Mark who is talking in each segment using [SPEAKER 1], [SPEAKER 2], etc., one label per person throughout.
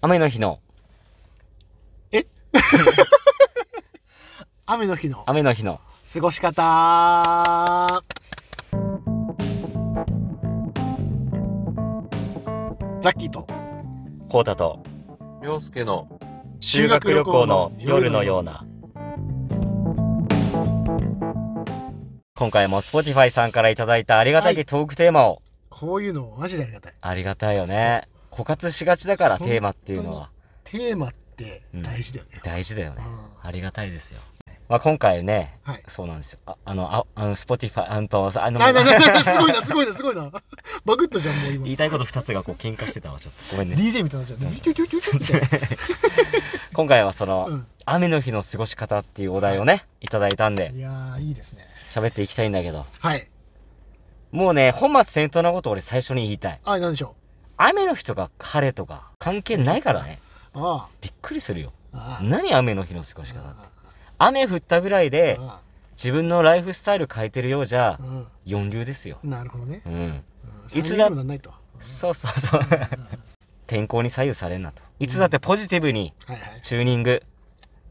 [SPEAKER 1] 雨の日の、
[SPEAKER 2] 雨の日の
[SPEAKER 1] 雨の日の。
[SPEAKER 2] 過ごし方ザッキーと
[SPEAKER 1] コータと、
[SPEAKER 3] 洋介の
[SPEAKER 1] 修学旅行の夜のような。今回も Spotify さんからいただいたありがた
[SPEAKER 2] はい
[SPEAKER 1] いトークテーマを、
[SPEAKER 2] こういうのマジでありがたい
[SPEAKER 1] ありがたいよね。枯渇しがちだから
[SPEAKER 2] そう
[SPEAKER 1] テーマっていうのは
[SPEAKER 2] テーマって大事だよね、
[SPEAKER 1] 大事だよね
[SPEAKER 2] う。ん
[SPEAKER 1] ありがたいですよ。まあ今回ね、
[SPEAKER 2] はい
[SPEAKER 1] そうなんですよ。ああの、ああの、Spotify、あのと、あの、
[SPEAKER 2] あなななすごいなすごいなすごいなバグったじゃんもう今
[SPEAKER 1] 言いたいこと2つがこう喧嘩してたわ、ちょっと。ごめんね。
[SPEAKER 2] DJ みたいになっちゃうねキュキュキュキュキュって
[SPEAKER 1] 今回はその、
[SPEAKER 2] うん
[SPEAKER 1] 雨の日の過ごし方っていうお題をね、いただいたんで、
[SPEAKER 2] いやーいいですね
[SPEAKER 1] 喋っていきたいんだけど。
[SPEAKER 2] はい
[SPEAKER 1] もうね、本末転倒なことを俺最初に言いたい。
[SPEAKER 2] あなんでしょ
[SPEAKER 1] 雨の日とか彼とか関係ないからね。
[SPEAKER 2] うあ
[SPEAKER 1] びっくりするよ。
[SPEAKER 2] あああ
[SPEAKER 1] 何雨の日の過ごし方って。
[SPEAKER 2] あ
[SPEAKER 1] 雨降ったぐらいで
[SPEAKER 2] あ
[SPEAKER 1] 自分のライフスタイル変えてるようじゃ
[SPEAKER 2] あ、う
[SPEAKER 1] 四流ですよ。
[SPEAKER 2] ん、なるほどね、
[SPEAKER 1] うん。
[SPEAKER 2] うん、
[SPEAKER 1] いつだ
[SPEAKER 2] 三人にもなんないと
[SPEAKER 1] そうそうそう。 天候に左右されんなと。いつだってポジティブに
[SPEAKER 2] はいはい
[SPEAKER 1] チューニング。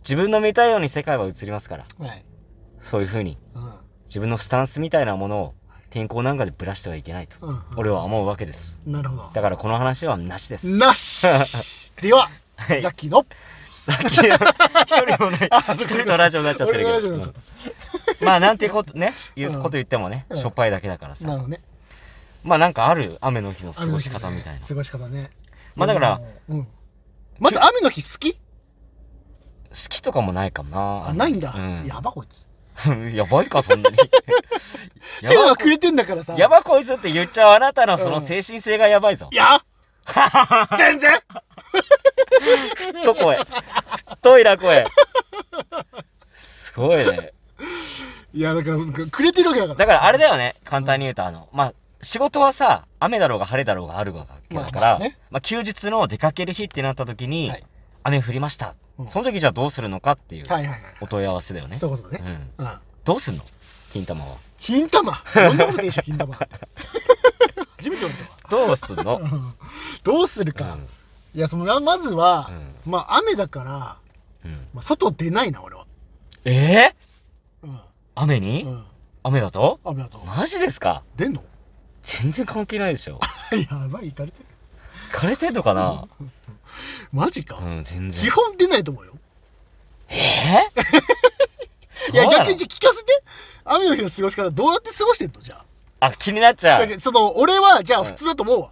[SPEAKER 1] 自分の見たいように世界は映りますから。
[SPEAKER 2] はい、
[SPEAKER 1] そういう風に。
[SPEAKER 2] うん
[SPEAKER 1] 自分のスタンスみたいなものを天候なんかでぶらしてはいけないと。
[SPEAKER 2] うん
[SPEAKER 1] 俺は思うわけです。
[SPEAKER 2] なるほど
[SPEAKER 1] だからこの話はなしです。
[SPEAKER 2] なしでは、
[SPEAKER 1] はい
[SPEAKER 2] ザッキーの
[SPEAKER 1] さっきの一人もない一人のラジオになっちゃってる
[SPEAKER 2] 俺のラ
[SPEAKER 1] け
[SPEAKER 2] ジオ
[SPEAKER 1] ど
[SPEAKER 2] になっ
[SPEAKER 1] う
[SPEAKER 2] ちゃっ
[SPEAKER 1] んまあなんてことね言う
[SPEAKER 2] うん
[SPEAKER 1] こと言ってもね
[SPEAKER 2] うん
[SPEAKER 1] しょっぱいだけだから
[SPEAKER 2] たなる
[SPEAKER 1] さ
[SPEAKER 2] ほどね
[SPEAKER 1] まあなんかある雨の日の過ごし方みたいな
[SPEAKER 2] 雨の日ね過ごし方ね
[SPEAKER 1] まあだから、
[SPEAKER 2] うん、また雨の日好き
[SPEAKER 1] 好きとかもないかもな
[SPEAKER 2] あないんだ、
[SPEAKER 1] うん
[SPEAKER 2] やばこいつ
[SPEAKER 1] やばいかそんな にや
[SPEAKER 2] 手は
[SPEAKER 1] ば
[SPEAKER 2] くれてんだからさ
[SPEAKER 1] やばこいつって言っちゃうあなたのその
[SPEAKER 2] うん
[SPEAKER 1] 精神性がやばいぞ
[SPEAKER 2] いや全然
[SPEAKER 1] 太声太いな声すごいね
[SPEAKER 2] いやだからくれてるわけだから
[SPEAKER 1] だからあれだよね簡単に言うとあのまあ仕事はさ雨だろうが晴れだろうがあるわけだか
[SPEAKER 2] まあま
[SPEAKER 1] ら
[SPEAKER 2] あね
[SPEAKER 1] まあ休日の出かける日ってなった時に
[SPEAKER 2] はい
[SPEAKER 1] 雨降りました
[SPEAKER 2] うん
[SPEAKER 1] その時じゃあどうするのかっていう
[SPEAKER 2] はいはいはい
[SPEAKER 1] お問い合わせだよね
[SPEAKER 2] そういうこと
[SPEAKER 1] う
[SPEAKER 2] ね
[SPEAKER 1] ん
[SPEAKER 2] うん
[SPEAKER 1] どうすんの金玉は
[SPEAKER 2] 金玉どんなこと でしょ金玉初めて俺とか
[SPEAKER 1] どうすんの
[SPEAKER 2] どうする
[SPEAKER 1] うん
[SPEAKER 2] か、いやそのままずは、まあ雨だから、
[SPEAKER 1] うんうん
[SPEAKER 2] まあ、外出ないな俺は
[SPEAKER 1] えー
[SPEAKER 2] うん
[SPEAKER 1] 雨
[SPEAKER 2] う
[SPEAKER 1] に
[SPEAKER 2] ん
[SPEAKER 1] 雨だと
[SPEAKER 2] 雨だと
[SPEAKER 1] マジですか
[SPEAKER 2] 出 んの
[SPEAKER 1] 全然関係ないでしょ
[SPEAKER 2] やばい行かれてる
[SPEAKER 1] 枯れてんのかな
[SPEAKER 2] マジか、
[SPEAKER 1] うん全
[SPEAKER 2] 基
[SPEAKER 1] 然
[SPEAKER 2] 本出ないと思うよ
[SPEAKER 1] えー
[SPEAKER 2] いや
[SPEAKER 1] そうなの
[SPEAKER 2] 逆にじゃあ聞かせて雨の日の過ごし方どうやって過ごしてんのじゃ
[SPEAKER 1] あ気になっち
[SPEAKER 2] あ
[SPEAKER 1] ゃ
[SPEAKER 2] だ
[SPEAKER 1] う
[SPEAKER 2] けどその俺はじゃあ普通だと思うわ、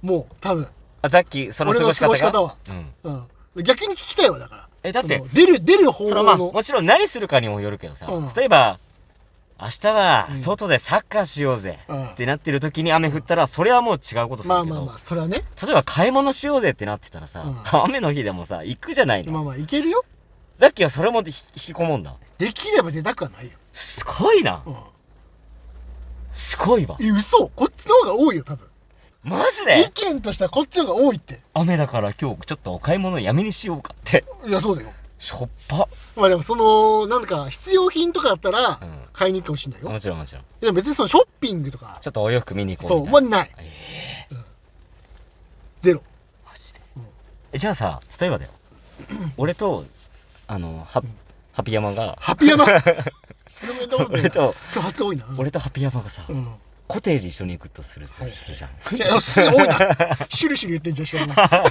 [SPEAKER 2] もう多分
[SPEAKER 1] あさっきその過ごし方が
[SPEAKER 2] 俺の過ごし
[SPEAKER 1] うん
[SPEAKER 2] うん逆に聞きたいわだから
[SPEAKER 1] えだって
[SPEAKER 2] その出る出る方
[SPEAKER 1] そ
[SPEAKER 2] 法
[SPEAKER 1] のまあ
[SPEAKER 2] の
[SPEAKER 1] もちろん何するかにもよるけどさ、
[SPEAKER 2] うん
[SPEAKER 1] 例えば明日
[SPEAKER 2] う
[SPEAKER 1] は
[SPEAKER 2] ん
[SPEAKER 1] 外でサッカーしようぜ
[SPEAKER 2] うん
[SPEAKER 1] ってなってる時に雨降ったらそれはもう違うことするけど、
[SPEAKER 2] まあまあまあそれはね
[SPEAKER 1] 例えば買い物しようぜってなってたらさ、
[SPEAKER 2] う
[SPEAKER 1] 雨の日でもさ行くじゃないの、
[SPEAKER 2] まあまあいけるよ
[SPEAKER 1] さっきはそれも引き込むんだ
[SPEAKER 2] できれば出たくはないよ、
[SPEAKER 1] すごいな
[SPEAKER 2] うん、
[SPEAKER 1] すごいわ
[SPEAKER 2] え嘘こっちの方が多いよ多分
[SPEAKER 1] マジ
[SPEAKER 2] 意
[SPEAKER 1] で
[SPEAKER 2] 見としてはこっちの方が多いって
[SPEAKER 1] 雨だから今日ちょっとお買い物やめにしようかって
[SPEAKER 2] いやそうだよ
[SPEAKER 1] しょっぱ、
[SPEAKER 2] まあでもそのなんか必要品とかだったら
[SPEAKER 1] うん
[SPEAKER 2] 買いに行くかもしれないよ、
[SPEAKER 1] もちろんもちろん
[SPEAKER 2] でも別にそのショッピングとか
[SPEAKER 1] ちょっとお洋服見に行こ
[SPEAKER 2] そうう
[SPEAKER 1] みたい
[SPEAKER 2] ま
[SPEAKER 1] な
[SPEAKER 2] あない
[SPEAKER 1] え
[SPEAKER 2] ゼロ
[SPEAKER 1] マジで、
[SPEAKER 2] うん
[SPEAKER 1] えじゃあさ例えばだ よ俺とあのハ,、ハピヤマが
[SPEAKER 2] ハッピ ーヤマそれもやったことない
[SPEAKER 1] 俺
[SPEAKER 2] な
[SPEAKER 1] と
[SPEAKER 2] 今日初多いな
[SPEAKER 1] 俺とハピヤマがさ、
[SPEAKER 2] うん
[SPEAKER 1] コテージ一緒に行くとするす
[SPEAKER 2] は
[SPEAKER 1] る
[SPEAKER 2] い
[SPEAKER 1] じゃん
[SPEAKER 2] いやすごいなシュルシュル言ってんじゃんしか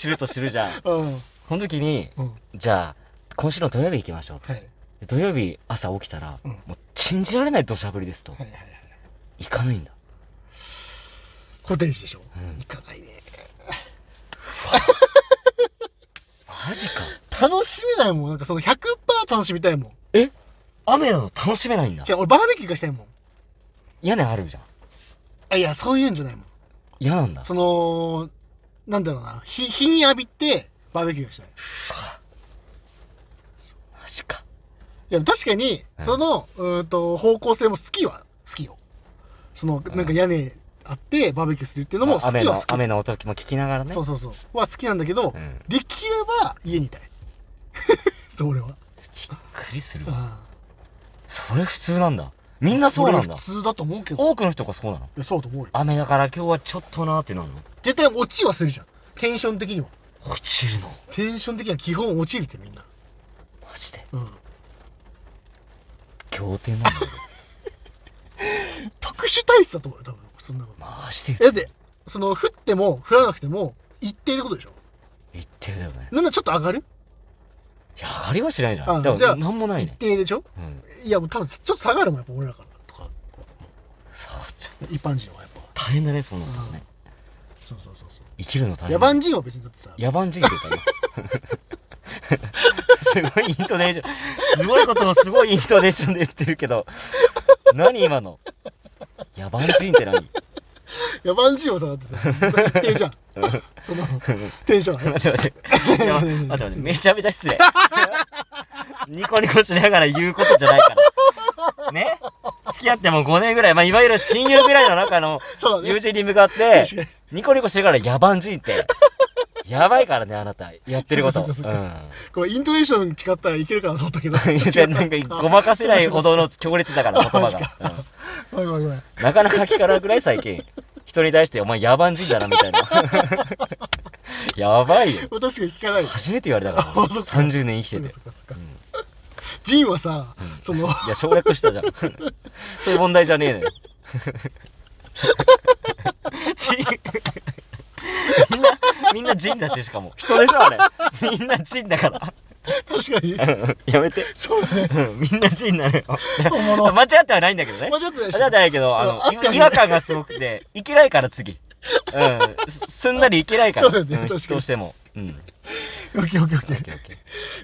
[SPEAKER 1] 知ると知るじゃん
[SPEAKER 2] もうん
[SPEAKER 1] その時に
[SPEAKER 2] うん
[SPEAKER 1] じゃあ今週の土曜日行きましょうと、
[SPEAKER 2] はいはい
[SPEAKER 1] で土曜日朝起きたら、
[SPEAKER 2] うん
[SPEAKER 1] もう信じられない土砂降りですと、
[SPEAKER 2] はいはい
[SPEAKER 1] 行かないんだ
[SPEAKER 2] コテージでしょ、
[SPEAKER 1] うん
[SPEAKER 2] 行かないね
[SPEAKER 1] マジか
[SPEAKER 2] 楽しめないもんなんかその100%楽しみたいもん
[SPEAKER 1] 雨だと楽しめないんだ
[SPEAKER 2] じゃあ俺バーベキューがしたいもん
[SPEAKER 1] 屋根あるじゃん
[SPEAKER 2] あいやそういうんじゃないもん
[SPEAKER 1] 嫌なんだ
[SPEAKER 2] そのなんだろうな日日に浴びてバーベキューがしたい
[SPEAKER 1] マジか
[SPEAKER 2] いや、確かに、
[SPEAKER 1] うん
[SPEAKER 2] その、うーんと、方向性も好きは好きよ。その、
[SPEAKER 1] ん
[SPEAKER 2] なんか屋根あって、バーベキューするっていうのも
[SPEAKER 1] あ
[SPEAKER 2] 好
[SPEAKER 1] 雨
[SPEAKER 2] きは
[SPEAKER 1] の
[SPEAKER 2] 好き。
[SPEAKER 1] 雨の音も聞きながらね
[SPEAKER 2] そうそうそう。は好きなんだけど、
[SPEAKER 1] うん
[SPEAKER 2] できれば家にいたい。 そう、俺は。
[SPEAKER 1] びっくりするわ
[SPEAKER 2] あ
[SPEAKER 1] それ普通なんだみんなそうなんだ
[SPEAKER 2] 普通だと思うけど。い
[SPEAKER 1] 多くの人がそうなの
[SPEAKER 2] や、そうだと思うよ。
[SPEAKER 1] 雨だから今日はちょっとなーってなるの
[SPEAKER 2] 絶対落ちはするじゃん。テンション的には。
[SPEAKER 1] 落ちるの
[SPEAKER 2] テンション的には基本落ちるってみんな。
[SPEAKER 1] マジで
[SPEAKER 2] うん。
[SPEAKER 1] 仰天 なんだよ
[SPEAKER 2] 特殊体質だと思うよ、多分。そんなの。
[SPEAKER 1] マジで
[SPEAKER 2] えだって、その、降っても降らなくても、一定ってことでしょ
[SPEAKER 1] 言ってるだよね
[SPEAKER 2] なんならちょっと上がる
[SPEAKER 1] いや上がりはしないじゃ
[SPEAKER 2] あ
[SPEAKER 1] んでも
[SPEAKER 2] じゃあ
[SPEAKER 1] なんもないね
[SPEAKER 2] 一定でしょ
[SPEAKER 1] うん
[SPEAKER 2] いや、もう多分、ちょっと下がるもん、やっぱ俺らからとか、
[SPEAKER 1] そうちゃん
[SPEAKER 2] 一般人はやっぱ。
[SPEAKER 1] 大変だねそんなのね
[SPEAKER 2] そうそうそうそう。
[SPEAKER 1] 生きるの大変
[SPEAKER 2] 野蛮人は別にだってさ、
[SPEAKER 1] 野蛮人って言ったね すごいイントネーションすごいことをすごいイントネーションで言ってるけど何今の野蛮人って何
[SPEAKER 2] 野蛮人はさ、だってさ、ずっと一 定じゃん。その、テンションがね。
[SPEAKER 1] 待って待って。いや待って待って。めちゃめちゃ失礼。 ニコニコしながら言うことじゃないから。ね付き合っても5年ぐらい、まあ、いわゆる親友ぐらいの中の
[SPEAKER 2] そうだね
[SPEAKER 1] 友人に向かって
[SPEAKER 2] 確かに、
[SPEAKER 1] ニコニコしてるから野蛮人って。やばいからね、あなた。やってること。。
[SPEAKER 2] そううんか
[SPEAKER 1] い
[SPEAKER 2] そうかこれ、イントネーション違ったらいけるかなと思っ たけど。
[SPEAKER 1] やなんかごまかせないほどの強烈だから、言葉が。う
[SPEAKER 2] ごめんごめんごめん。
[SPEAKER 1] んなかなか聞かなくない最近。人に対して、お前野蛮人だな、みたい な。やばいよ。
[SPEAKER 2] 確かに聞かないよ。
[SPEAKER 1] 初めて言われたから
[SPEAKER 2] あそ
[SPEAKER 1] 俺、
[SPEAKER 2] っか
[SPEAKER 1] 30年生きてて。
[SPEAKER 2] そっかそっか。ジンはさ、その、
[SPEAKER 1] いや省略したじゃんそういう問題じゃねえ のよちみんなみんな人だししかも人でしょあれみんな人だから
[SPEAKER 2] 確か に、
[SPEAKER 1] うんやめて
[SPEAKER 2] そうだね。
[SPEAKER 1] うんみんな人なのよ
[SPEAKER 2] おもろ。
[SPEAKER 1] 間違ってはないんだけどね
[SPEAKER 2] 間違ってないでしょ
[SPEAKER 1] 間違ってないけどあ
[SPEAKER 2] ああっ
[SPEAKER 1] の
[SPEAKER 2] たよね
[SPEAKER 1] 違和感がすごくていけないから次うんすすんなりいけないから
[SPEAKER 2] そうだよね
[SPEAKER 1] ん
[SPEAKER 2] 確かに
[SPEAKER 1] 人としてもうん
[SPEAKER 2] オッケーオッケーオッ
[SPEAKER 1] オ
[SPEAKER 2] ケ
[SPEAKER 1] ッ
[SPEAKER 2] ー。
[SPEAKER 1] ケーオッケ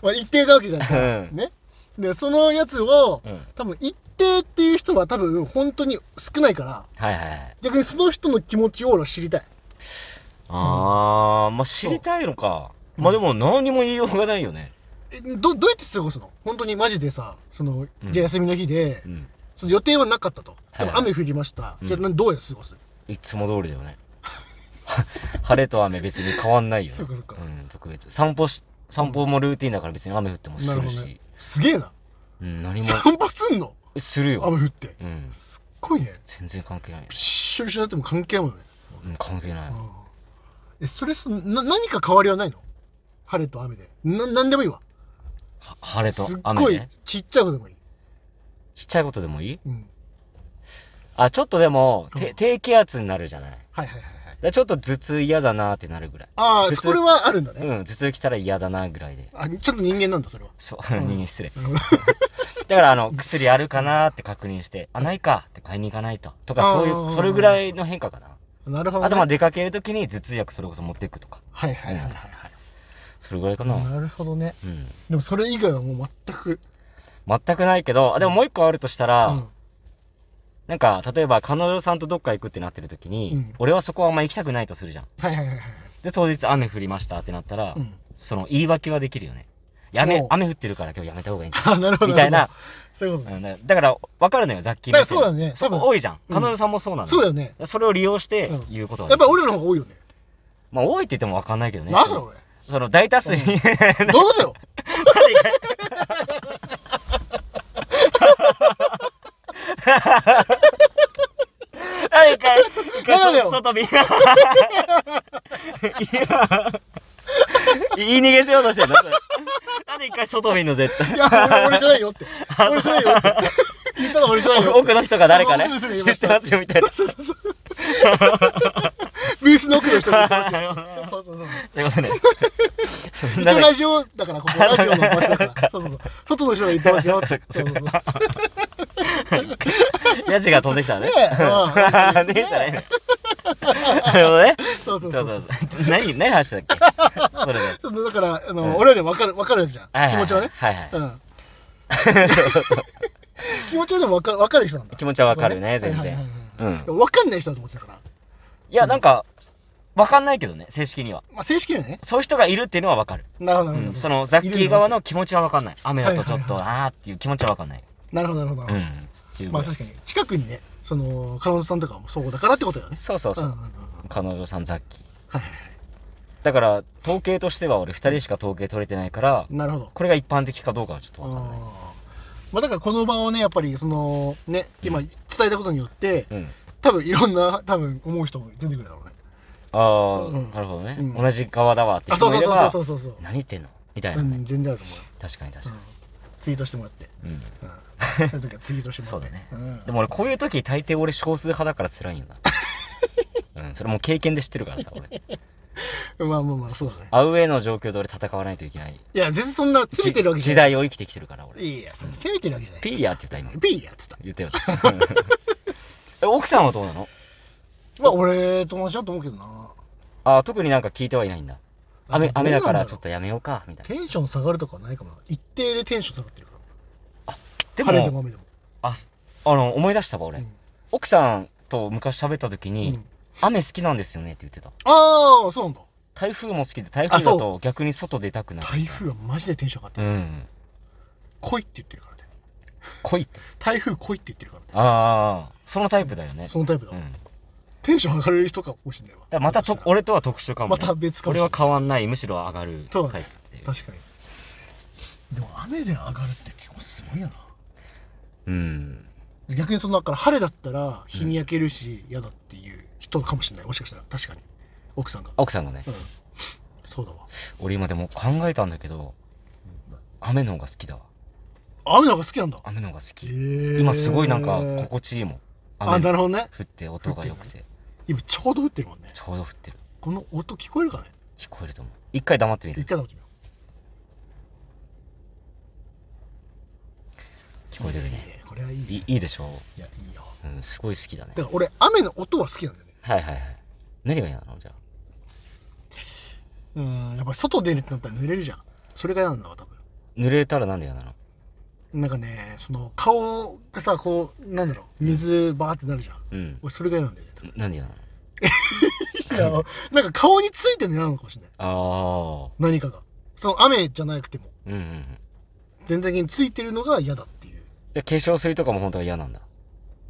[SPEAKER 2] まあ、一定なわけじゃんか。
[SPEAKER 1] うん
[SPEAKER 2] ね。で、そのやつを、
[SPEAKER 1] ーうん
[SPEAKER 2] 多分、一定っていう人は多分、本当に少ないから、
[SPEAKER 1] はいはいはい
[SPEAKER 2] 逆にその人の気持ちを俺は知りたい。
[SPEAKER 1] あーまあ知りたいのかまあでも何にも言いようがないよね
[SPEAKER 2] えどどうやって過ごすの本当にマジでさその、
[SPEAKER 1] うん
[SPEAKER 2] じゃあ休みの日で、
[SPEAKER 1] うん
[SPEAKER 2] その予定はなかったと、
[SPEAKER 1] はいはい
[SPEAKER 2] でも雨降りました、
[SPEAKER 1] うん
[SPEAKER 2] じゃあなどうやって過ごす
[SPEAKER 1] いつも通りだよね。 晴れと雨別に変わんないよ、ね。
[SPEAKER 2] そうかそうか
[SPEAKER 1] ん、特別。散歩し、散歩もルーティンだから別に雨降ってもす
[SPEAKER 2] なる
[SPEAKER 1] る
[SPEAKER 2] ほ
[SPEAKER 1] し。
[SPEAKER 2] どねすげえな
[SPEAKER 1] うん、何も
[SPEAKER 2] 散歩すんの
[SPEAKER 1] するよ。
[SPEAKER 2] 雨降って
[SPEAKER 1] うん、
[SPEAKER 2] すっごいね
[SPEAKER 1] 全然関係ない。
[SPEAKER 2] びっしょびしょになっても関係ないもんね、
[SPEAKER 1] うん、関係ない。
[SPEAKER 2] うんえそれそな何か変わりはないの晴れと雨でな何でもいいわ
[SPEAKER 1] は晴れと
[SPEAKER 2] すっご
[SPEAKER 1] 雨
[SPEAKER 2] い
[SPEAKER 1] ね。
[SPEAKER 2] ちっちゃいことでもいい、
[SPEAKER 1] ちっちゃいことでもいい
[SPEAKER 2] うん、
[SPEAKER 1] あ、ちょっとでも、
[SPEAKER 2] う
[SPEAKER 1] て
[SPEAKER 2] ん
[SPEAKER 1] 低気圧になるじゃない。だか
[SPEAKER 2] はいはいはいはい
[SPEAKER 1] らちょっと頭痛嫌だなーってなるぐらい。
[SPEAKER 2] ああ
[SPEAKER 1] 頭痛
[SPEAKER 2] それはあるんだね、
[SPEAKER 1] うん、頭痛きたら嫌だなーぐらいで。
[SPEAKER 2] あちょっと人間なんだそ れは
[SPEAKER 1] そう、
[SPEAKER 2] ん
[SPEAKER 1] 人間失礼。
[SPEAKER 2] なるほど
[SPEAKER 1] だからあの、薬あるかなーって確認して、あ、ないかって買いに行かないと。とか、そう
[SPEAKER 2] あ
[SPEAKER 1] い
[SPEAKER 2] ー
[SPEAKER 1] う、それぐらいの変化かな。
[SPEAKER 2] なるほど、ね、
[SPEAKER 1] あとまあ出かけるときに頭痛薬それこそ持っていくとか、
[SPEAKER 2] はいはいはいはいはい
[SPEAKER 1] それぐらいかな。うん。
[SPEAKER 2] なるほどねでもそれ以外はもう全く、
[SPEAKER 1] 全くないけど、あ、でももう一個あるとしたら、
[SPEAKER 2] うん
[SPEAKER 1] なんか、例えば彼女さんとどっか行くってなってるときに、
[SPEAKER 2] うん
[SPEAKER 1] 俺はそこはあんま行きたくないとするじゃん。
[SPEAKER 2] はいはいはいはい。
[SPEAKER 1] で、当日雨降りましたってなったら、
[SPEAKER 2] うん。
[SPEAKER 1] その言い訳はできるよね。や
[SPEAKER 2] お
[SPEAKER 1] め
[SPEAKER 2] う、
[SPEAKER 1] 雨降ってるから今日やめた方がい いんじ
[SPEAKER 2] あ、なるほど。
[SPEAKER 1] みたいな
[SPEAKER 2] るほど。そういうこと
[SPEAKER 1] ゃん
[SPEAKER 2] ね。
[SPEAKER 1] うんだだから、わかるのよ、雑菌
[SPEAKER 2] だからそうだね多分
[SPEAKER 1] 多いじゃん。
[SPEAKER 2] うん
[SPEAKER 1] 彼女さんもそうなの、
[SPEAKER 2] そうだよね。
[SPEAKER 1] それを利用して
[SPEAKER 2] うん
[SPEAKER 1] 言うことは
[SPEAKER 2] や
[SPEAKER 1] で
[SPEAKER 2] っ
[SPEAKER 1] きる
[SPEAKER 2] ぱ俺らの方が多いよね。
[SPEAKER 1] まあ、多いって言ってもわかんないけどね。
[SPEAKER 2] なんだろ
[SPEAKER 1] その大多数 に、
[SPEAKER 2] 俺。どういうこ とよ。
[SPEAKER 1] あ、一回、一回
[SPEAKER 2] なんだよ
[SPEAKER 1] そ、外見。い や言い逃げしようとしてんのそれなんで一回外見んの絶対。
[SPEAKER 2] いや、俺俺じゃないよって。俺じゃないよって。言ったら俺じゃないよ。
[SPEAKER 1] 奥の人が誰かね
[SPEAKER 2] その奥の人
[SPEAKER 1] 知ったてま
[SPEAKER 2] が言い、まし
[SPEAKER 1] すよみたいな。
[SPEAKER 2] そうそうそう。ブースの奥の人が言って
[SPEAKER 1] なるほど
[SPEAKER 2] ま
[SPEAKER 1] ね
[SPEAKER 2] す。そうそうそう。
[SPEAKER 1] ということね。そん
[SPEAKER 2] 一
[SPEAKER 1] な
[SPEAKER 2] 応
[SPEAKER 1] ね
[SPEAKER 2] ラジオだから、ここラジオの場所だから。そうそうそう。外の人が言ってますよって。
[SPEAKER 1] そ
[SPEAKER 2] そうう
[SPEAKER 1] か
[SPEAKER 2] そ
[SPEAKER 1] そうう
[SPEAKER 2] そ
[SPEAKER 1] か
[SPEAKER 2] う。ね
[SPEAKER 1] ヤジが飛んできたね。ね
[SPEAKER 2] え。うん
[SPEAKER 1] えじゃないのよ。なるほどね。
[SPEAKER 2] そうそう
[SPEAKER 1] そ
[SPEAKER 2] そうう
[SPEAKER 1] そ
[SPEAKER 2] そうう。
[SPEAKER 1] そう。何、何話したっけそれで。
[SPEAKER 2] そうそうだから、あ
[SPEAKER 1] うん
[SPEAKER 2] の、俺らに分かる、分かるわけじゃ
[SPEAKER 1] は
[SPEAKER 2] ん。
[SPEAKER 1] い
[SPEAKER 2] 気持ちはね。
[SPEAKER 1] はいはい。
[SPEAKER 2] うん。気持ちはでも分かる分かる人なんだ
[SPEAKER 1] 気持ちはわかるね
[SPEAKER 2] そこ
[SPEAKER 1] 全然
[SPEAKER 2] はいはいはいはい
[SPEAKER 1] うん。
[SPEAKER 2] 分かんない人だと思ってたか
[SPEAKER 1] い
[SPEAKER 2] ら、
[SPEAKER 1] や、なんか、わかんないけどね、正式には。
[SPEAKER 2] まあ、正式にはね
[SPEAKER 1] そういう人がいるっていうのはわかる。
[SPEAKER 2] なるほどなる
[SPEAKER 1] う
[SPEAKER 2] ほ
[SPEAKER 1] ん、
[SPEAKER 2] ど
[SPEAKER 1] そのザッキー側
[SPEAKER 2] の
[SPEAKER 1] の気持ちは分かんない雨だとちょっと
[SPEAKER 2] は
[SPEAKER 1] あーっていう気持ちは分かんない、
[SPEAKER 2] なるほどなるほど、
[SPEAKER 1] うんっていうぐ
[SPEAKER 2] ま
[SPEAKER 1] ら
[SPEAKER 2] あ
[SPEAKER 1] い
[SPEAKER 2] 確かに近くにねその彼女さんとかもそうだからってことだよね
[SPEAKER 1] そうそうそう、
[SPEAKER 2] んんんはい
[SPEAKER 1] 彼女さんザッキー
[SPEAKER 2] はいはい
[SPEAKER 1] だから統計としては俺2人しか統計取れてないから
[SPEAKER 2] なるほど
[SPEAKER 1] これが一般的かどうかはちょっと
[SPEAKER 2] あ
[SPEAKER 1] 分かんない
[SPEAKER 2] ーまあだからこの場をねやっぱりそのね今伝えたことによって
[SPEAKER 1] うん
[SPEAKER 2] 多分いろんな多分思う人も出てくるだろうね
[SPEAKER 1] ああ、
[SPEAKER 2] うん
[SPEAKER 1] なるほどね、
[SPEAKER 2] うん
[SPEAKER 1] 同じ側だわって
[SPEAKER 2] あ
[SPEAKER 1] 人
[SPEAKER 2] そう
[SPEAKER 1] もいれ
[SPEAKER 2] そう
[SPEAKER 1] ば
[SPEAKER 2] そうそうそうそう
[SPEAKER 1] 何言ってんのみたいな
[SPEAKER 2] う
[SPEAKER 1] ね、
[SPEAKER 2] ん全然あると思うよ
[SPEAKER 1] 確かに確かに、
[SPEAKER 2] ツイートしてもらって
[SPEAKER 1] うん
[SPEAKER 2] うん そういう時はツイートしてもらって
[SPEAKER 1] そうだね
[SPEAKER 2] ん
[SPEAKER 1] でも俺こういう時大抵俺少数派だから辛い んだうん、それもう経験で知ってるからさ俺
[SPEAKER 2] まあまあまあそうだね
[SPEAKER 1] アウェーの状況で俺戦わないといけない
[SPEAKER 2] いや全然そんな詰めてるわけ
[SPEAKER 1] 時
[SPEAKER 2] じゃない
[SPEAKER 1] 代を生きてきてるから俺
[SPEAKER 2] いやそれ攻めてるわけじゃない
[SPEAKER 1] ピーヤーって言った今
[SPEAKER 2] ピーやっつった
[SPEAKER 1] 言ったよ ねえ奥さんはどうなの
[SPEAKER 2] まあ俺友達だと思うけどな
[SPEAKER 1] あ特になんか聞いてはいないんだ雨雨だからちょっ
[SPEAKER 2] と
[SPEAKER 1] とやめようかみたいな
[SPEAKER 2] テンション下がるとかはないかもな一定でテンション下がってるから
[SPEAKER 1] で
[SPEAKER 2] 晴れで
[SPEAKER 1] も
[SPEAKER 2] も雨でも
[SPEAKER 1] あすあの思い出したわ俺、
[SPEAKER 2] うん
[SPEAKER 1] 奥さんと昔喋った時
[SPEAKER 2] う
[SPEAKER 1] に、
[SPEAKER 2] ん
[SPEAKER 1] 雨好きなんですよねって言ってた
[SPEAKER 2] ああそうなんだ
[SPEAKER 1] 台風も好きで台風だと逆に外出たくなる
[SPEAKER 2] 台風はマジでテンション上がってる
[SPEAKER 1] うん
[SPEAKER 2] 来いって言ってるからね
[SPEAKER 1] 来いって
[SPEAKER 2] 台風来いって言ってるからね
[SPEAKER 1] ああそのタイプだよね
[SPEAKER 2] そのタイプだ
[SPEAKER 1] う
[SPEAKER 2] わ
[SPEAKER 1] んだか
[SPEAKER 2] テンション上がれる人かもしんないわ
[SPEAKER 1] らまたと俺とは特殊かも、
[SPEAKER 2] ま
[SPEAKER 1] ね、
[SPEAKER 2] た別かも
[SPEAKER 1] 俺
[SPEAKER 2] しれな
[SPEAKER 1] はい変わんないむしろ上がるタイ
[SPEAKER 2] そう
[SPEAKER 1] プ
[SPEAKER 2] だね
[SPEAKER 1] っていう
[SPEAKER 2] 確かにでも雨で上がるって結構すごいよな
[SPEAKER 1] うん
[SPEAKER 2] 逆にそのだから晴れだったら日に焼けるし嫌だっていう人かもしれないもしかしたら確かに奥さんが
[SPEAKER 1] 奥さんがね
[SPEAKER 2] うんそうだわ
[SPEAKER 1] 俺今でも考えたんだけど雨の方が好きだわ
[SPEAKER 2] 雨の方が好きなんだ
[SPEAKER 1] 雨の方が好き今
[SPEAKER 2] 今
[SPEAKER 1] すごいなんか心地いいもん
[SPEAKER 2] あ
[SPEAKER 1] 雨
[SPEAKER 2] なるほどね
[SPEAKER 1] 降って音が良くて
[SPEAKER 2] 今ちょうど降ってるもんね
[SPEAKER 1] ちょうど降ってる
[SPEAKER 2] この音聞こえるかね
[SPEAKER 1] 聞こえると思う一回黙ってみ
[SPEAKER 2] 一
[SPEAKER 1] る
[SPEAKER 2] 回食べてみよ
[SPEAKER 1] 聞こえてる
[SPEAKER 2] ういい
[SPEAKER 1] ね
[SPEAKER 2] ねこれはいいね
[SPEAKER 1] いいいでしょ
[SPEAKER 2] いやいいよ
[SPEAKER 1] う、うん、すごい好きだね
[SPEAKER 2] だから俺雨の音は好きなんだよね
[SPEAKER 1] はいはいはい何が嫌なのじゃあ
[SPEAKER 2] うんやっぱり外出るってなったら濡れるじゃんそれが嫌なんだわ多分
[SPEAKER 1] 濡れたらなんで嫌なの
[SPEAKER 2] なんかねその顔がさこうなんだろう水バーってなるじゃん
[SPEAKER 1] うん
[SPEAKER 2] 俺それが嫌なんだよね多分
[SPEAKER 1] なんで嫌なの
[SPEAKER 2] いや なんか顔についてるの嫌なのかもしれない
[SPEAKER 1] ああ
[SPEAKER 2] 何かがその雨じゃなくても
[SPEAKER 1] うんうんうん
[SPEAKER 2] 全体的についてるのが嫌だっていう
[SPEAKER 1] じゃあ化粧水とかも本当は嫌なんだ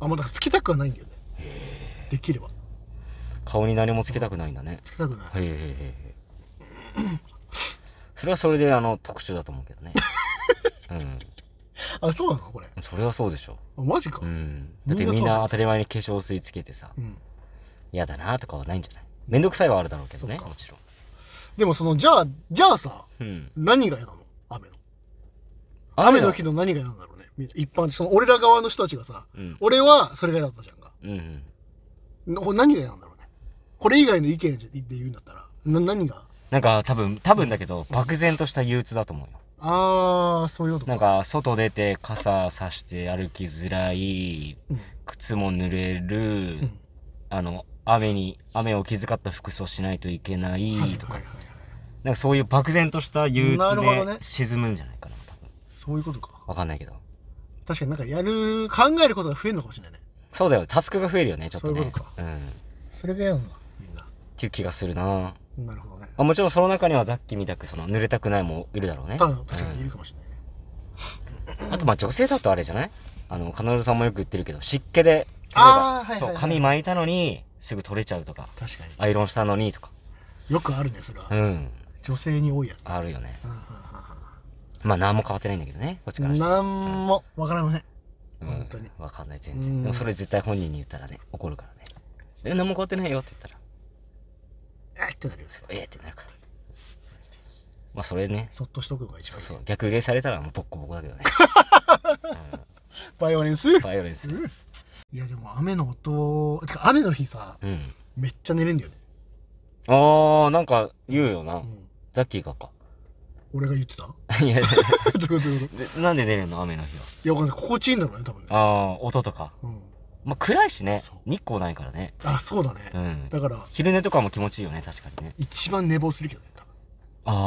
[SPEAKER 2] あまあだからつけたくはないんだよねできれば
[SPEAKER 1] 顔に何もつけたくないんだね
[SPEAKER 2] つけたくない
[SPEAKER 1] へえへえへえ それはそれであの特殊だと思うけど ねう
[SPEAKER 2] あそうなのこれ
[SPEAKER 1] んそれはそうでしょ
[SPEAKER 2] あマジか
[SPEAKER 1] う、うん、だって
[SPEAKER 2] みんなそう
[SPEAKER 1] み
[SPEAKER 2] だ
[SPEAKER 1] んな当たり前に化粧水つけてさ
[SPEAKER 2] うん
[SPEAKER 1] 嫌だなとかはないんじゃないめんどくさいはあるだろうけどね
[SPEAKER 2] そうか
[SPEAKER 1] もちろん
[SPEAKER 2] でもそのじゃあじゃあさ
[SPEAKER 1] うん
[SPEAKER 2] 何が嫌なの雨の雨の日
[SPEAKER 1] の
[SPEAKER 2] の何が嫌なんだろうねみ一般その俺ら側の人たちがさ
[SPEAKER 1] うん
[SPEAKER 2] 俺はそれが嫌だったじゃんか
[SPEAKER 1] うんうん
[SPEAKER 2] の何が嫌なんだろうねこれ以外の意見で言うんだったらな何が
[SPEAKER 1] なんか多分多分だけど漠然とした憂鬱だと思うよ
[SPEAKER 2] ああそういうこと
[SPEAKER 1] なんか外出て傘さして歩きづらい
[SPEAKER 2] うん
[SPEAKER 1] 靴も濡れる、
[SPEAKER 2] うん
[SPEAKER 1] あの雨に雨を気遣った服装しないといけないとか、
[SPEAKER 2] はいはいはいはい
[SPEAKER 1] なんかそういう漠然とした憂
[SPEAKER 2] なるほど
[SPEAKER 1] 鬱
[SPEAKER 2] ね
[SPEAKER 1] で沈むんじゃないかな多分
[SPEAKER 2] そういうことか
[SPEAKER 1] わかんないけど
[SPEAKER 2] 確かになんかやる考えることが増えるのかもしれないね
[SPEAKER 1] そうだよタスクが増えるよねちょっとね
[SPEAKER 2] そういうことか
[SPEAKER 1] ん、っ
[SPEAKER 2] それが嫌なんだみんな
[SPEAKER 1] ていう気がするな
[SPEAKER 2] なるほどね
[SPEAKER 1] あもちろんその中にはザッキーみたくその濡れたくないもいるだろうね
[SPEAKER 2] ただ確かにいるかもしれないね、
[SPEAKER 1] うんあとまあ女性だとあれじゃないあのカノルさんもよく言ってるけど湿気で
[SPEAKER 2] あーはいはいはい
[SPEAKER 1] そう髪巻いたのにすぐ取れちゃうとか
[SPEAKER 2] 確かに
[SPEAKER 1] アイロンしたのにとか
[SPEAKER 2] よくあるねそれは、
[SPEAKER 1] うん
[SPEAKER 2] 女性に多いやつ
[SPEAKER 1] あるよね
[SPEAKER 2] うんうん
[SPEAKER 1] まあ何も変わってないんだけどねこっちか
[SPEAKER 2] うん
[SPEAKER 1] ら
[SPEAKER 2] うん
[SPEAKER 1] したら
[SPEAKER 2] なんもわからません
[SPEAKER 1] うん
[SPEAKER 2] 本当に
[SPEAKER 1] わかんない全
[SPEAKER 2] うん
[SPEAKER 1] 然でもそれ絶対本人に言ったらね怒るからねえ何も変わってないよって言ったら
[SPEAKER 2] えーってなるよ
[SPEAKER 1] そうええってなるからまあそれね
[SPEAKER 2] そっとしとくのが一
[SPEAKER 1] そ
[SPEAKER 2] 番
[SPEAKER 1] う
[SPEAKER 2] いい
[SPEAKER 1] そう逆芸されたらもうボッコボコだけど ね
[SPEAKER 2] バイオレンス
[SPEAKER 1] バイオレンス
[SPEAKER 2] いやでも雨の音てか雨の日さ
[SPEAKER 1] うん
[SPEAKER 2] めっちゃ寝れんだよね、
[SPEAKER 1] あーなんか言うよな
[SPEAKER 2] うん、
[SPEAKER 1] ザッキーがか
[SPEAKER 2] 俺が言ってた ど
[SPEAKER 1] いや
[SPEAKER 2] ういうことどういうこと
[SPEAKER 1] でなんで寝れんの雨の日はい
[SPEAKER 2] やわかんない心地いいんだろうね多分ね
[SPEAKER 1] ああ音とか
[SPEAKER 2] うん、
[SPEAKER 1] まあ暗いしね
[SPEAKER 2] そう
[SPEAKER 1] 日光ないからね
[SPEAKER 2] あそうだね、
[SPEAKER 1] うん
[SPEAKER 2] だから
[SPEAKER 1] 昼寝とかも気持ちいいよね確かにね
[SPEAKER 2] 一番寝坊するけどね多分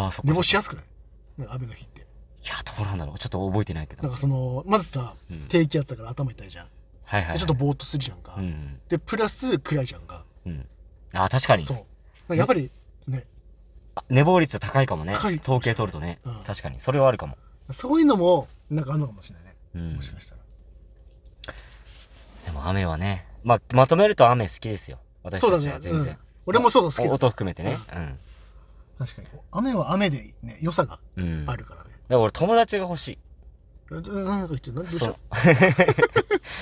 [SPEAKER 1] ああそっかそっか
[SPEAKER 2] 寝坊しやすくないなんか雨の日って
[SPEAKER 1] いやどうなんだろうちょっと覚えてないけど
[SPEAKER 2] なんかそのまずさ、
[SPEAKER 1] うん
[SPEAKER 2] 低気圧だから頭痛いじゃん、
[SPEAKER 1] はいはいはい
[SPEAKER 2] でちょっとぼーっとするじゃんか、
[SPEAKER 1] うん
[SPEAKER 2] でプラス暗いじゃんか、
[SPEAKER 1] うんあー確かに
[SPEAKER 2] そうなんかやっぱりね
[SPEAKER 1] あ寝坊率高いかもね
[SPEAKER 2] 高い
[SPEAKER 1] 統計取るとね、
[SPEAKER 2] うん
[SPEAKER 1] 確かにそれはあるかも、
[SPEAKER 2] そういうのもなんかあるのかもしれないね、
[SPEAKER 1] うん
[SPEAKER 2] もしかしたら
[SPEAKER 1] でも雨はね、まあ、まとめると雨好きですよ私
[SPEAKER 2] そう
[SPEAKER 1] た
[SPEAKER 2] だ
[SPEAKER 1] ち
[SPEAKER 2] ね
[SPEAKER 1] は全
[SPEAKER 2] う
[SPEAKER 1] 然、
[SPEAKER 2] ん、俺もそうだ好き
[SPEAKER 1] お
[SPEAKER 2] だ
[SPEAKER 1] 音含めてねうん、
[SPEAKER 2] 確かに雨は雨でね良さが
[SPEAKER 1] うん、
[SPEAKER 2] あるからね、
[SPEAKER 1] だから俺友達が欲しい
[SPEAKER 2] ななんか言ってるなんどうし
[SPEAKER 1] そう
[SPEAKER 2] た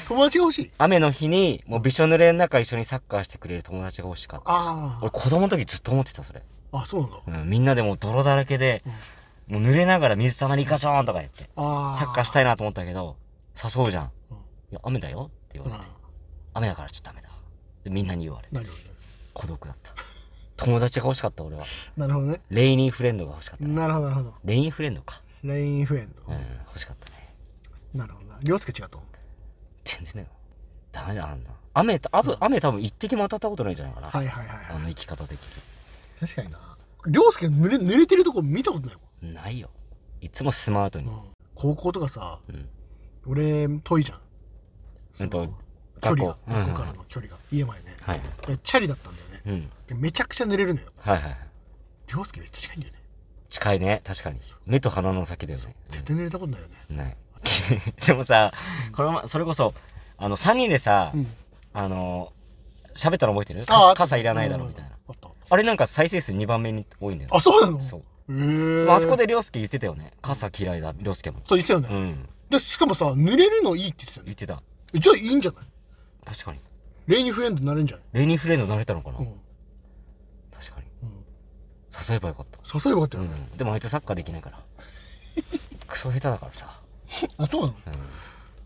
[SPEAKER 2] 友達が欲しい
[SPEAKER 1] 雨の日にもうびしょ濡れの中一緒にサッカーしてくれる友達が欲しかった
[SPEAKER 2] あ
[SPEAKER 1] 俺子供の時ずっと思ってたそれ、
[SPEAKER 2] ああそうなんだ
[SPEAKER 1] うん、みんなでもう泥だらけで、もう濡れながら水たまりガショーンとかやって
[SPEAKER 2] ああ
[SPEAKER 1] サッカーしたいなと思ったけど誘うじゃん
[SPEAKER 2] うん
[SPEAKER 1] いや雨だよって言わ
[SPEAKER 2] うん
[SPEAKER 1] れて雨だからちょっとダメだでみんなに言われ
[SPEAKER 2] なるほ
[SPEAKER 1] 孤独だった友達が欲しかった俺は
[SPEAKER 2] どなるほどね
[SPEAKER 1] レイニーフレンドが欲しかったね
[SPEAKER 2] なるほどなるほど
[SPEAKER 1] レインフレンドか
[SPEAKER 2] レインフレン
[SPEAKER 1] うん
[SPEAKER 2] ド
[SPEAKER 1] 欲しかったね
[SPEAKER 2] なるほどな凌介違うと思う
[SPEAKER 1] 全然だよダメだあんな雨と雨雨多分一滴も当たったことないんじゃないかな、
[SPEAKER 2] はいはいはいは
[SPEAKER 1] あの生き方的
[SPEAKER 2] い確かにな凌介濡れ濡れてるとこ見たことない
[SPEAKER 1] にないよいつもスマートに
[SPEAKER 2] もん、うん、高校とかさ
[SPEAKER 1] うん、
[SPEAKER 2] 俺遠いじゃん
[SPEAKER 1] うんと
[SPEAKER 2] 距
[SPEAKER 1] 学
[SPEAKER 2] 離
[SPEAKER 1] 校
[SPEAKER 2] が学校からの距離が家前ね
[SPEAKER 1] はい
[SPEAKER 2] でチャリだったんだよね
[SPEAKER 1] うん
[SPEAKER 2] でめちゃくちゃ濡れるのよ
[SPEAKER 1] はいはいはい
[SPEAKER 2] 凌介めっちゃ近いんだよね
[SPEAKER 1] 近いね確かに目と鼻の先だよね
[SPEAKER 2] 絶対濡れたことないよね
[SPEAKER 1] ない でもさこのまそれこそあの3人でさ、
[SPEAKER 2] うん
[SPEAKER 1] あの喋ったの覚えてる
[SPEAKER 2] ああ
[SPEAKER 1] 傘傘いらないだろみたいな
[SPEAKER 2] あったあっ
[SPEAKER 1] あれなんか再生数2番目に多いんだよ
[SPEAKER 2] たあそうなの
[SPEAKER 1] そう
[SPEAKER 2] へー
[SPEAKER 1] まああそこで涼介言ってたよね傘嫌いだ涼介も
[SPEAKER 2] そう言ってたよ
[SPEAKER 1] う
[SPEAKER 2] ね、
[SPEAKER 1] ん
[SPEAKER 2] でしかもさ濡れるのいいって言ってたよ
[SPEAKER 1] 言ってた
[SPEAKER 2] ねえじゃあいいんじゃない
[SPEAKER 1] 確かに
[SPEAKER 2] レイニーフレンドになれんじゃない
[SPEAKER 1] レニーフレンド慣れたのかな、
[SPEAKER 2] うん、
[SPEAKER 1] 確かに
[SPEAKER 2] うん、
[SPEAKER 1] 誘えばよかった
[SPEAKER 2] 誘えばよかったよ
[SPEAKER 1] う
[SPEAKER 2] ね、
[SPEAKER 1] ん、でもあいつサッカーできないから クソ下手だからさ、
[SPEAKER 2] あそうなの
[SPEAKER 1] うん、い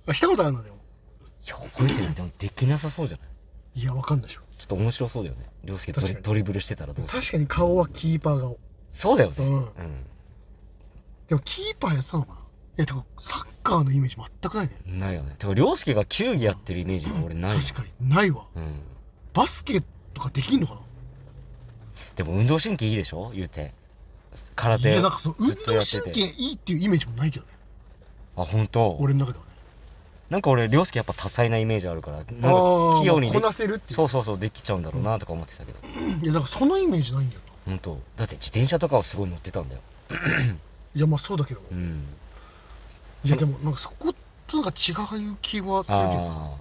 [SPEAKER 2] あしたことあるのでも
[SPEAKER 1] や覚えてないでもできなさそうじゃない
[SPEAKER 2] いやわかんないでしょ
[SPEAKER 1] ちょっと面白そうだよね涼介ド
[SPEAKER 2] 確か
[SPEAKER 1] リ
[SPEAKER 2] に
[SPEAKER 1] ドリブルしてたらどうする
[SPEAKER 2] 確かに顔はキーパー顔
[SPEAKER 1] そうだよね
[SPEAKER 2] うん
[SPEAKER 1] う
[SPEAKER 2] でもキーパーやってたのかないやてかサッカーのイメージ全くないね
[SPEAKER 1] んないよねてか涼介が球技やってるイメージが俺ない、
[SPEAKER 2] 確かにないわ
[SPEAKER 1] うん、
[SPEAKER 2] バスケとかできんのかな
[SPEAKER 1] でも運動神経いいでしょ言うて空
[SPEAKER 2] い
[SPEAKER 1] 手
[SPEAKER 2] やなんかその運
[SPEAKER 1] ずっとや
[SPEAKER 2] 動
[SPEAKER 1] って
[SPEAKER 2] 神
[SPEAKER 1] て
[SPEAKER 2] 経いいっていうイメージもないけどね
[SPEAKER 1] あ本当
[SPEAKER 2] 俺の中ではね
[SPEAKER 1] なんか俺涼介やっぱ多彩なイメージあるからなんか
[SPEAKER 2] あー
[SPEAKER 1] 器用に
[SPEAKER 2] まあ
[SPEAKER 1] で
[SPEAKER 2] こなせるっていう
[SPEAKER 1] そうそうそうできちゃうんだろうなとか思ってたけど
[SPEAKER 2] いやなんかそのイメージないんだよな
[SPEAKER 1] 本当だって自転車とかをすごい乗ってたんだよ
[SPEAKER 2] いやまあそうだけど、
[SPEAKER 1] うん
[SPEAKER 2] いやでもなんかそことなんか違う気はするけどな
[SPEAKER 1] ああ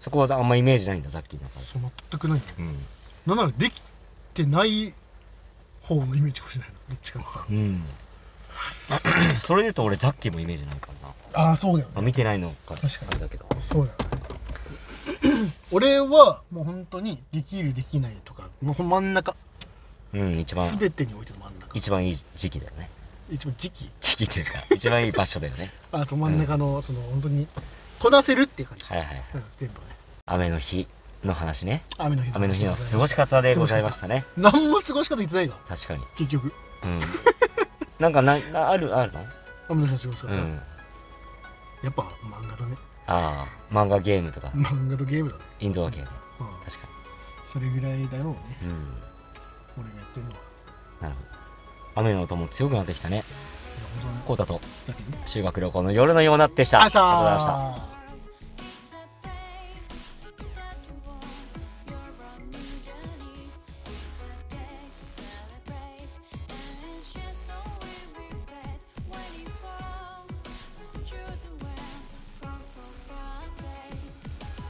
[SPEAKER 1] そこはあんまイメージないんださっきのから
[SPEAKER 2] そう全くないんだよ
[SPEAKER 1] うん
[SPEAKER 2] なんならできてない方のイメージかもしれないなどっちかってさ
[SPEAKER 1] うん それで言うと俺ザッキーもイメージないからな
[SPEAKER 2] ああそうだよ
[SPEAKER 1] あ見てないのか
[SPEAKER 2] 確かに
[SPEAKER 1] あれだけど
[SPEAKER 2] そうだよね俺はもう本当にできるできないとかもう真ん中
[SPEAKER 1] うん一番
[SPEAKER 2] 全てにおいての真ん中
[SPEAKER 1] 一番いい時期だよね
[SPEAKER 2] 一番時期
[SPEAKER 1] 時期というか一番いい場所だよ ね
[SPEAKER 2] あその真ん中のその本当にこなせるっていう感じ、
[SPEAKER 1] はいはい
[SPEAKER 2] うん、全部ね
[SPEAKER 1] 雨の日の話ね
[SPEAKER 2] 雨の日
[SPEAKER 1] 雨の日の過ごし方でございましたね
[SPEAKER 2] 何も過ごし方言ってないが
[SPEAKER 1] 確かに
[SPEAKER 2] 結局
[SPEAKER 1] うんなんかななあるあるの
[SPEAKER 2] 雨の日の過ごし
[SPEAKER 1] う
[SPEAKER 2] 方、
[SPEAKER 1] ん
[SPEAKER 2] やっぱ漫画だね
[SPEAKER 1] ああ漫画ゲームとか
[SPEAKER 2] 漫画とゲームだね、
[SPEAKER 1] インドアゲーム
[SPEAKER 2] うん、
[SPEAKER 1] 確か
[SPEAKER 2] それぐらいだろうね
[SPEAKER 1] にうん
[SPEAKER 2] 俺がやってるのは
[SPEAKER 1] なるほど雨の音も強くなってきたね
[SPEAKER 2] いや本当に
[SPEAKER 1] こうたと
[SPEAKER 2] だけどね
[SPEAKER 1] 修学旅行の夜のようなってした
[SPEAKER 2] ありがとうございま
[SPEAKER 1] ありがとうござい
[SPEAKER 2] し
[SPEAKER 1] ました
[SPEAKER 2] た